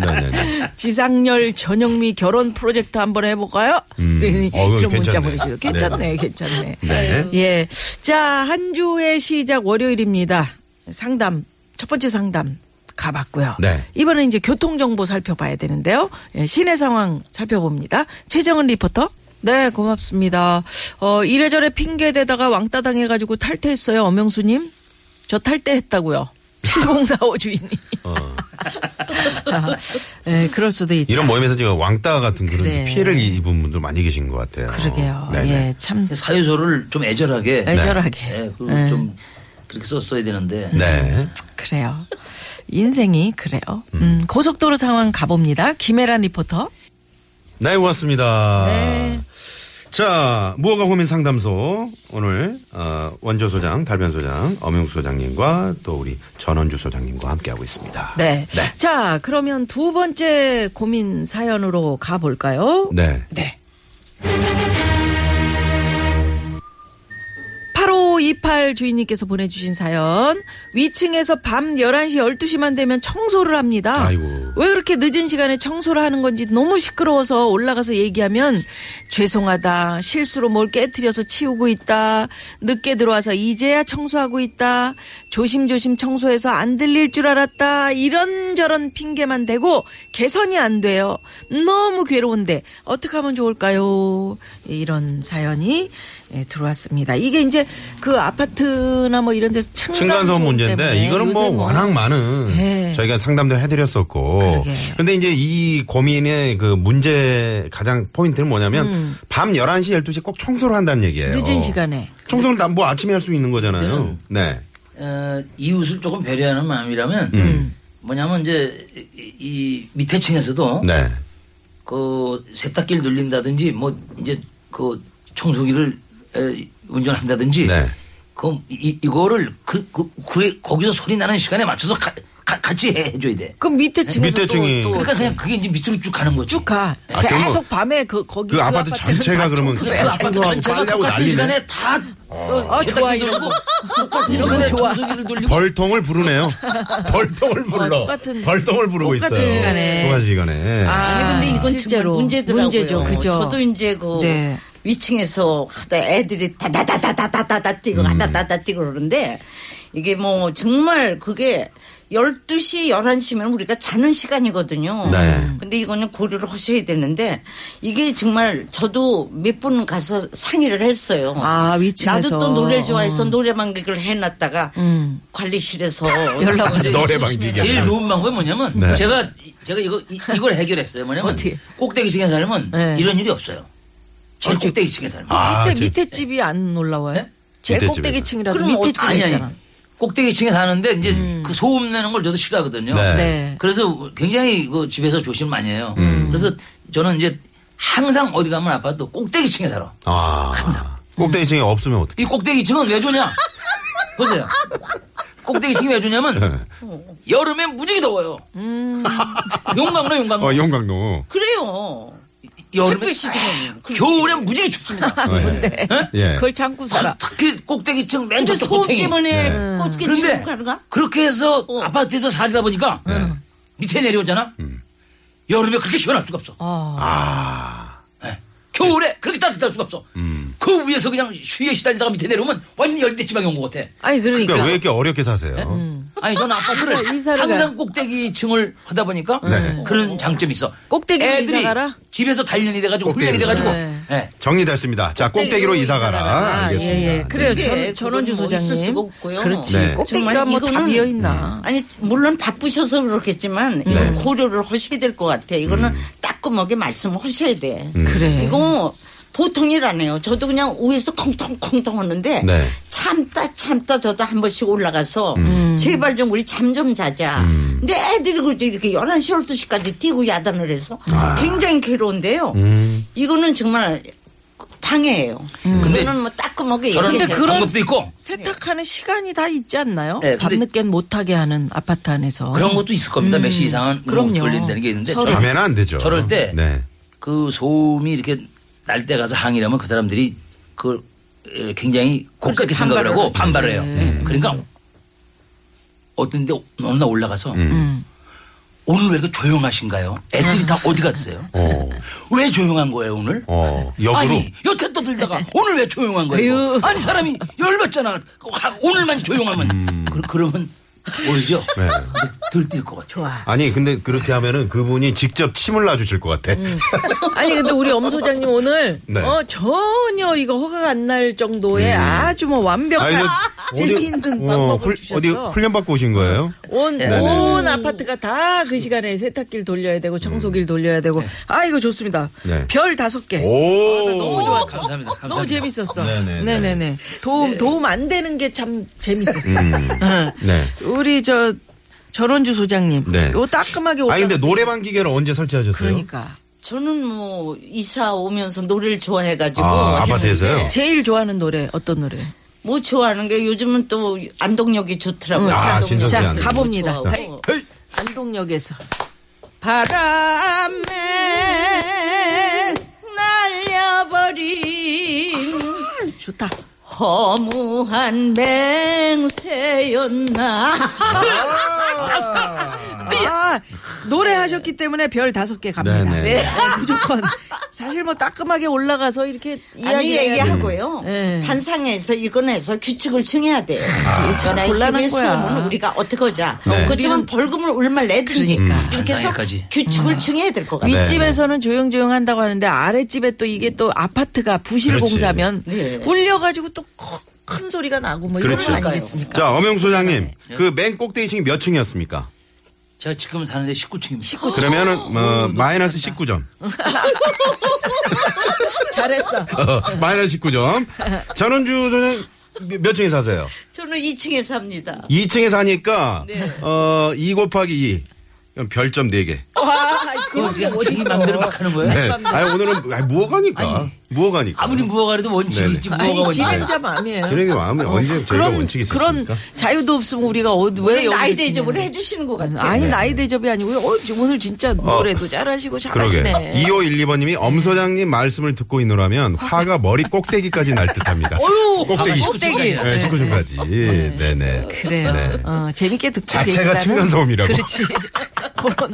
[SPEAKER 2] 네네네.
[SPEAKER 4] 지상렬 전영미 결혼 프로젝트 한번 해볼까요?
[SPEAKER 2] 음.
[SPEAKER 4] 네,
[SPEAKER 2] 어, 그거
[SPEAKER 4] 이런 문자
[SPEAKER 2] 괜찮네.
[SPEAKER 4] 보내주세요. 괜찮네, 괜찮네.
[SPEAKER 2] 네.
[SPEAKER 4] 예. 자, 한 주의 시작 월요일입니다. 상담, 첫 번째 상담 가봤고요.
[SPEAKER 2] 네.
[SPEAKER 4] 이번엔 이제 교통정보 살펴봐야 되는데요. 예, 시내 상황 살펴봅니다. 최정은 리포터. 네, 고맙습니다. 어, 이래저래 핑계대다가 왕따 당해가지고 탈퇴했어요, 엄영수님. 저 탈퇴했다고요. 7045 주인님. 아, 예, 그럴 수도 있다.
[SPEAKER 2] 이런 모임에서 지금 왕따 같은 그런
[SPEAKER 4] 그래.
[SPEAKER 2] 피해를 입은 분들 많이 계신 것 같아요.
[SPEAKER 4] 네. 그러게요.
[SPEAKER 2] 네네.
[SPEAKER 4] 예, 참
[SPEAKER 5] 사유서를 좀 애절하게.
[SPEAKER 4] 애절하게.
[SPEAKER 5] 네, 그리고
[SPEAKER 4] 예.
[SPEAKER 5] 좀 그렇게 썼어야 되는데.
[SPEAKER 4] 음.
[SPEAKER 2] 네.
[SPEAKER 4] 그래요. 인생이 그래요. 음, 고속도로 상황 가봅니다. 김혜란 리포터.
[SPEAKER 2] 네, 고맙습니다.
[SPEAKER 4] 네.
[SPEAKER 2] 자, 무허가 고민 상담소 오늘 어, 원조 소장, 달변 소장, 엄영수 소장님과 또 우리 전원주 소장님과 함께하고 있습니다.
[SPEAKER 4] 네. 자, 그러면 두 번째 고민 사연으로 가볼까요?
[SPEAKER 2] 네.
[SPEAKER 4] 네. 8528 주인님께서 보내주신 사연. 위층에서 밤 11시, 12시만 되면 청소를 합니다.
[SPEAKER 2] 아이고.
[SPEAKER 4] 왜 그렇게 늦은 시간에 청소를 하는 건지 너무 시끄러워서 올라가서 얘기하면 죄송하다. 실수로 뭘 깨트려서 치우고 있다. 늦게 들어와서 이제야 청소하고 있다. 조심조심 청소해서 안 들릴 줄 알았다. 이런저런 핑계만 대고 개선이 안 돼요. 너무 괴로운데 어떻게 하면 좋을까요? 이런 사연이 예, 들어왔습니다. 이게 이제 그 아파트나 뭐 이런 데서 층간소음
[SPEAKER 2] 층간소음 문제인데
[SPEAKER 4] 때문에
[SPEAKER 2] 이거는 뭐
[SPEAKER 4] 요새
[SPEAKER 2] 워낙 많은
[SPEAKER 4] 네.
[SPEAKER 2] 저희가 상담도 해드렸었고
[SPEAKER 4] 그러게.
[SPEAKER 2] 근데 이제 이 고민의 그 문제 가장 포인트는 뭐냐면 밤 11시 12시 꼭 청소를 한다는 얘기예요.
[SPEAKER 4] 음. 늦은 시간에.
[SPEAKER 2] 청소는 다 뭐 아침에 할 수 있는 거잖아요. 네.
[SPEAKER 5] 어, 이웃을 조금 배려하는 마음이라면 뭐냐면 이제 이, 이 밑에 층에서도
[SPEAKER 2] 네.
[SPEAKER 5] 그 세탁기를 돌린다든지 뭐 이제 그 청소기를 에, 운전한다든지
[SPEAKER 2] 네.
[SPEAKER 5] 그 이, 이거를 그, 그, 그 거기서 소리 나는 시간에 맞춰서 가- 가- 같이 해, 줘야 돼.
[SPEAKER 4] 그럼 밑에 층에서
[SPEAKER 2] 밑에
[SPEAKER 4] 또-
[SPEAKER 2] 층이
[SPEAKER 4] 또
[SPEAKER 5] 그러니까 그냥 그게 이제 밑으로 쭉 가는 거죠.
[SPEAKER 4] 쭉 가.
[SPEAKER 2] 아, 그럼
[SPEAKER 4] 계속
[SPEAKER 2] 뭐
[SPEAKER 4] 밤에 그 거기
[SPEAKER 2] 그 아파트
[SPEAKER 4] 아파트는
[SPEAKER 2] 전체가
[SPEAKER 4] 다
[SPEAKER 2] 그러면
[SPEAKER 4] 청소해.
[SPEAKER 2] 그래,
[SPEAKER 5] 그래서 아파트
[SPEAKER 2] 청소하고
[SPEAKER 5] 전체가
[SPEAKER 2] 빨래하고
[SPEAKER 5] 똑같은
[SPEAKER 2] 난리네.
[SPEAKER 5] 시간에 다
[SPEAKER 4] 아, 좋아, 이런 거.
[SPEAKER 5] 똑같은
[SPEAKER 4] 이런 거
[SPEAKER 5] 시간에
[SPEAKER 4] 좋아.
[SPEAKER 5] 청소기를 돌리고
[SPEAKER 2] 벌통을 부르네요. 벌통을 불러.
[SPEAKER 4] 똑같은-
[SPEAKER 2] 벌통을 부르고
[SPEAKER 4] 똑같은
[SPEAKER 2] 있어요.
[SPEAKER 4] 시간에.
[SPEAKER 2] 똑같은 시간에.
[SPEAKER 4] 아.
[SPEAKER 6] 아니 근데 이건 정말
[SPEAKER 4] 실제로
[SPEAKER 6] 문제더라고요.
[SPEAKER 4] 문제죠, 그죠?
[SPEAKER 6] 저도 이제 그
[SPEAKER 4] 네.
[SPEAKER 6] 위층에서 하다 애들이 다다다다다다다
[SPEAKER 4] 음.
[SPEAKER 6] 뛰고 다다다다 뛰고 그러는데 이게 뭐 정말 그게 12시, 11시면 우리가 자는 시간이거든요.
[SPEAKER 2] 네.
[SPEAKER 6] 근데 이거는 고려를 하셔야 되는데 이게 정말 저도 몇 번 가서 상의를 했어요.
[SPEAKER 4] 아, 위층에서. 음.
[SPEAKER 6] 나도 또 노래를 좋아해서 노래방 객을 해놨다가 관리실에서
[SPEAKER 4] 연락 왔어요.
[SPEAKER 2] 노래방 기계.
[SPEAKER 5] 제일 좋은 방법이 뭐냐면
[SPEAKER 2] 네.
[SPEAKER 5] 제가 제가 이거 이- 이걸 해결했어요. 뭐냐면
[SPEAKER 4] 어떻게?
[SPEAKER 5] 꼭대기 층에 살면
[SPEAKER 4] 네.
[SPEAKER 5] 이런 일이 없어요. 제일
[SPEAKER 4] 어째-
[SPEAKER 5] 꼭대기 층에 살면.
[SPEAKER 2] 아,
[SPEAKER 4] 밑에
[SPEAKER 2] 제-
[SPEAKER 4] 밑에 집이 안 올라와요?
[SPEAKER 5] 네?
[SPEAKER 4] 제일
[SPEAKER 2] 밑에 집이구나.
[SPEAKER 4] 꼭대기 층이라도
[SPEAKER 6] 그러면
[SPEAKER 4] 밑에
[SPEAKER 6] 어떡-
[SPEAKER 4] 층
[SPEAKER 5] 아니 아니.
[SPEAKER 4] 있잖아.
[SPEAKER 5] 꼭대기 층에 사는데 이제 그 소음 내는 걸 저도 싫어하거든요.
[SPEAKER 2] 네.
[SPEAKER 4] 네.
[SPEAKER 5] 그래서 굉장히 그 집에서 조심 많이 해요.
[SPEAKER 2] 음.
[SPEAKER 5] 그래서 저는 이제 항상 어디 가면 아파도 꼭대기 층에 살아.
[SPEAKER 2] 아. 꼭대기층이 없으면 어떻게?
[SPEAKER 5] 이 꼭대기층은 왜 주냐? 보세요. 꼭대기층이 왜 주냐면
[SPEAKER 2] 네.
[SPEAKER 5] 여름엔 무지개 더워요.
[SPEAKER 6] 음.
[SPEAKER 5] 용광로 용광로.
[SPEAKER 2] 어, 영광로.
[SPEAKER 6] 그래요.
[SPEAKER 5] 여름에
[SPEAKER 6] 햇볕이 들어오면. 그렇지.
[SPEAKER 5] 겨울엔 무지개 춥습니다.
[SPEAKER 2] 어,
[SPEAKER 5] 네.
[SPEAKER 2] 예. 예.
[SPEAKER 4] 그걸 참고 살아.
[SPEAKER 5] 특히 꼭대기층 맨
[SPEAKER 6] 근데
[SPEAKER 5] 끝에
[SPEAKER 6] 소음
[SPEAKER 5] 꼭대기.
[SPEAKER 6] 때문에 어. 꽃게 지금
[SPEAKER 5] 그런데
[SPEAKER 6] 가는가?
[SPEAKER 5] 그렇게 해서 아파트에서 살다 보니까
[SPEAKER 2] 네.
[SPEAKER 5] 밑에 내려오잖아.
[SPEAKER 2] 음.
[SPEAKER 5] 여름에 그렇게 시원할 수가 없어. 네.
[SPEAKER 2] 아.
[SPEAKER 5] 겨울에 그렇게 따뜻할 수가 없어.
[SPEAKER 2] 음.
[SPEAKER 5] 그 위에서 그냥 추위에 시달리다가 밑에 내려오면 완전 열대 지방이 온 것 같아.
[SPEAKER 4] 아니 그러니까.
[SPEAKER 2] 그러니까 왜 이렇게 어렵게 사세요?
[SPEAKER 5] 아니 저는 아파트를
[SPEAKER 4] 이사를
[SPEAKER 5] 항상
[SPEAKER 4] 가요.
[SPEAKER 5] 꼭대기층을 하다 보니까 음,
[SPEAKER 2] 네.
[SPEAKER 5] 그런 장점이 있어.
[SPEAKER 4] 꼭대기로
[SPEAKER 5] 애들이
[SPEAKER 4] 이사 가라?
[SPEAKER 5] 집에서 단련이 돼가지고
[SPEAKER 2] 꼭대기로
[SPEAKER 5] 훈련이 돼가지고
[SPEAKER 4] 네.
[SPEAKER 5] 예.
[SPEAKER 2] 정리됐습니다. 자, 꼭대기로 이사 가라.
[SPEAKER 4] 아,
[SPEAKER 2] 알겠습니다.
[SPEAKER 4] 예, 예. 그래요.
[SPEAKER 6] 네.
[SPEAKER 4] 전,
[SPEAKER 6] 네,
[SPEAKER 4] 전원주
[SPEAKER 6] 그건 뭐
[SPEAKER 4] 소장님.
[SPEAKER 6] 있을 수가 없고요.
[SPEAKER 4] 그렇지.
[SPEAKER 2] 네.
[SPEAKER 4] 꼭대기가
[SPEAKER 6] 정말
[SPEAKER 4] 뭐다
[SPEAKER 6] 이거는- 네.
[SPEAKER 4] 비어 있나.
[SPEAKER 6] 아니 물론 바쁘셔서 그렇겠지만 이건 고려를 하셔야 될 것 같아. 이거는 따끔하게 말씀을 하셔야 돼.
[SPEAKER 4] 그래.
[SPEAKER 6] 이거 보통 일 아니에요. 저도 그냥 위에서 콩통콩통 하는데
[SPEAKER 2] 네.
[SPEAKER 6] 참다 참다 저도 한 번씩 올라가서 제발 좀 우리 잠 좀 자자. 근데 애들이 그저 이렇게 11시 12시까지 뛰고 야단을 해서 굉장히 괴로운데요.
[SPEAKER 2] 음. 네.
[SPEAKER 6] 이거는 정말 방해예요.
[SPEAKER 5] 근데
[SPEAKER 6] 이거는 뭐 따끔하게
[SPEAKER 5] 저런
[SPEAKER 6] 얘기해요.
[SPEAKER 4] 근데 그런-
[SPEAKER 5] 방법도 있고
[SPEAKER 4] 세탁하는 시간이 다 있지 않나요?
[SPEAKER 5] 네, 근데-
[SPEAKER 4] 밤늦게는 못하게 하는 아파트 안에서.
[SPEAKER 5] 그런 것도 있을 겁니다. 몇 시 이상은
[SPEAKER 4] 음, 그럼요.
[SPEAKER 5] 뭐 돌린다는 게 있는데
[SPEAKER 4] 서로.
[SPEAKER 5] 저는
[SPEAKER 2] 밤에는 안 되죠.
[SPEAKER 5] 저럴 때.
[SPEAKER 2] 네.
[SPEAKER 5] 그 소음이 이렇게 날 때 가서 항의를 하면 그 사람들이 그걸 에, 굉장히 곱게 생각을
[SPEAKER 6] 반발을
[SPEAKER 5] 하고 반발을 해요. 그러니까
[SPEAKER 4] 음.
[SPEAKER 5] 어떤데 어느 날 올라가서
[SPEAKER 2] 음.
[SPEAKER 4] 음.
[SPEAKER 5] 오늘 왜 이렇게 조용하신가요? 애들이 다 어디 갔어요?
[SPEAKER 2] 어.
[SPEAKER 5] 왜 조용한 거예요 오늘?
[SPEAKER 2] 어. 역으로.
[SPEAKER 5] 아니 여태 떠들다가 오늘 왜 조용한 거예요?
[SPEAKER 4] 에휴.
[SPEAKER 5] 아니 사람이 열받잖아. 오늘만 조용하면 그, 러면 오히려
[SPEAKER 2] 음. 네.
[SPEAKER 5] 들뛸 것 같아. 좋아.
[SPEAKER 2] 아니, 근데 그렇게 하면은 그분이 직접 침을 놔주실 것 같아.
[SPEAKER 4] 음. 아니 근데 우리 엄 소장님 오늘
[SPEAKER 2] 네.
[SPEAKER 4] 어 전혀 이거 허가가 안 날 정도의 아주 뭐
[SPEAKER 2] 아,
[SPEAKER 4] 완벽한
[SPEAKER 2] 이거
[SPEAKER 4] 제일 힘든
[SPEAKER 2] 어,
[SPEAKER 4] 방법을
[SPEAKER 2] 훌-
[SPEAKER 4] 주셨어. 아,
[SPEAKER 2] 어디 훈련 받고 오신 거예요?
[SPEAKER 4] 온,
[SPEAKER 2] 네네.
[SPEAKER 4] 온 아파트가 다 그 시간에 세탁기를 돌려야 되고 청소기를 돌려야 되고 아 이거 좋습니다.
[SPEAKER 2] 네.
[SPEAKER 4] 별 다섯 개.
[SPEAKER 2] 오.
[SPEAKER 5] 너무 좋았어. 감사합니다. 감사합니다.
[SPEAKER 4] 너무 재밌었어.
[SPEAKER 2] 네네네.
[SPEAKER 4] 네네네. 도움 도움 안 되는 게 참 재밌었어. 응.
[SPEAKER 2] 네.
[SPEAKER 4] 우리 저 전원주 소장님,
[SPEAKER 2] 네.
[SPEAKER 4] 요 따끔하게
[SPEAKER 2] 아니 근데
[SPEAKER 4] 올라가서-
[SPEAKER 2] 노래방 기계를 언제 설치하셨어요?
[SPEAKER 4] 그러니까
[SPEAKER 6] 저는 뭐 이사 오면서 노래를 좋아해가지고
[SPEAKER 2] 아, 아파트에서요?
[SPEAKER 4] 제일 뭐 좋아하는 노래 어떤 노래?
[SPEAKER 6] 뭐 좋아하는 게 요즘은 또 안동역이 좋더라고요.
[SPEAKER 2] 아,
[SPEAKER 6] 안동역.
[SPEAKER 2] 진짜
[SPEAKER 4] 자
[SPEAKER 2] 좋아하네.
[SPEAKER 4] 가봅니다.
[SPEAKER 6] 좋아하고.
[SPEAKER 4] 그러니까. 안동역에서 바람에
[SPEAKER 6] 날려버린
[SPEAKER 4] 좋다.
[SPEAKER 6] 허무한 맹세였나.
[SPEAKER 4] 아, 노래하셨기 때문에 별 다섯 개 갑니다.
[SPEAKER 2] 네네. 네.
[SPEAKER 4] 아, 무조건 사실 뭐 따끔하게 올라가서 이렇게
[SPEAKER 6] 아니
[SPEAKER 4] 이야기
[SPEAKER 6] 얘기하고요.
[SPEAKER 4] 예.
[SPEAKER 6] 환상에서 이건에서 규칙을 정해야 돼요. 전화
[SPEAKER 4] 아, 곤란한
[SPEAKER 6] 시비의
[SPEAKER 4] 거야.
[SPEAKER 6] 소음은 우리가 어떻게 하자.
[SPEAKER 2] 아. 네.
[SPEAKER 6] 그렇지만 벌금을 얼마 내든지
[SPEAKER 4] 그러니까. 음.
[SPEAKER 6] 이렇게 해서
[SPEAKER 5] 환상에까지.
[SPEAKER 6] 규칙을 정해야 될 것 같아요.
[SPEAKER 4] 윗집에서는 조용조용 한다고 하는데 아랫집에 또 이게 또 아파트가 부실
[SPEAKER 2] 그렇지.
[SPEAKER 4] 공사면
[SPEAKER 6] 네.
[SPEAKER 4] 울려가지고 또 큰 소리가 나고 뭐 이런
[SPEAKER 2] 그렇지.
[SPEAKER 4] 거 아니겠습니까?
[SPEAKER 2] 자, 엄영 소장님,
[SPEAKER 4] 네.
[SPEAKER 2] 그 맨 꼭대기층이 몇 층이었습니까?
[SPEAKER 5] 제가 지금 사는데 19층입니다.
[SPEAKER 2] 그러면은
[SPEAKER 4] 뭐
[SPEAKER 2] 어, 마이너스 19점.
[SPEAKER 4] 잘했어.
[SPEAKER 2] 마이너스 19점. 전원주 소장님 몇 층에 사세요?
[SPEAKER 6] 저는 2층에 삽니다.
[SPEAKER 2] 2층에 사니까
[SPEAKER 4] 네.
[SPEAKER 2] 어, 2 곱하기 2. 그럼 별점 4개.
[SPEAKER 4] 와, 그건
[SPEAKER 5] 그냥
[SPEAKER 4] 어디
[SPEAKER 5] 자기 맘대로 막 하는 거예요?
[SPEAKER 2] 네. 아니, 오늘은 아니, 무허가니까. 무허가니까.
[SPEAKER 5] 아무리 뭐, 무허가라도 원칙이
[SPEAKER 2] 네네.
[SPEAKER 5] 있지
[SPEAKER 4] 아니
[SPEAKER 5] 무허가 원칙.
[SPEAKER 4] 진행자 마음이에요.
[SPEAKER 2] 뭐 진행이 마음에 언제 저희가
[SPEAKER 4] 뭐, 그런
[SPEAKER 2] 원칙이 있습니까?
[SPEAKER 4] 그런 자유도 없으면 우리가 어, 왜 여기
[SPEAKER 6] 나이
[SPEAKER 4] 있느냐.
[SPEAKER 6] 대접을 해주시는 것 같아요.
[SPEAKER 4] 음, 아니
[SPEAKER 2] 네.
[SPEAKER 4] 나이 대접이 아니고요. 어, 오늘 진짜 노래도 잘하시고
[SPEAKER 2] 그러게.
[SPEAKER 4] 잘하시네.
[SPEAKER 2] 2512번님이 엄소장님 말씀을 듣고 있노라면 화가 머리 꼭대기까지 날 듯합니다. 꼭대기.
[SPEAKER 4] 꼭대기.
[SPEAKER 2] 네, 19층까지. 네네.
[SPEAKER 4] 그래요.
[SPEAKER 2] 네.
[SPEAKER 4] 어, 재밌게 듣고
[SPEAKER 2] 자체가
[SPEAKER 4] 계시다는-
[SPEAKER 2] 층간 소음이라고.
[SPEAKER 4] 그렇지. 그런.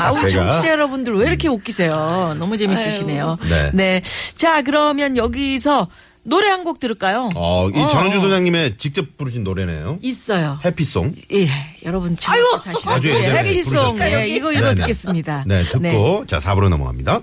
[SPEAKER 4] 아우
[SPEAKER 2] 자체가.
[SPEAKER 4] 청취자 여러분들 왜 이렇게 웃기세요? 너무 재밌으시네요.
[SPEAKER 2] 아유. 네.
[SPEAKER 4] 자 그러면 여기서 노래 한 곡 들을까요?
[SPEAKER 2] 어, 이
[SPEAKER 4] 어,
[SPEAKER 2] 전원주
[SPEAKER 4] 어.
[SPEAKER 2] 소장님의 직접 부르신 노래네요.
[SPEAKER 4] 있어요.
[SPEAKER 2] 해피송.
[SPEAKER 4] 예, 여러분 지금 사실
[SPEAKER 2] 아주 예전에
[SPEAKER 4] 해피송
[SPEAKER 2] 부르셨죠.
[SPEAKER 4] 예, 이거 이거
[SPEAKER 2] 네네.
[SPEAKER 4] 듣겠습니다.
[SPEAKER 2] 네, 듣고 자, 4부로 넘어갑니다.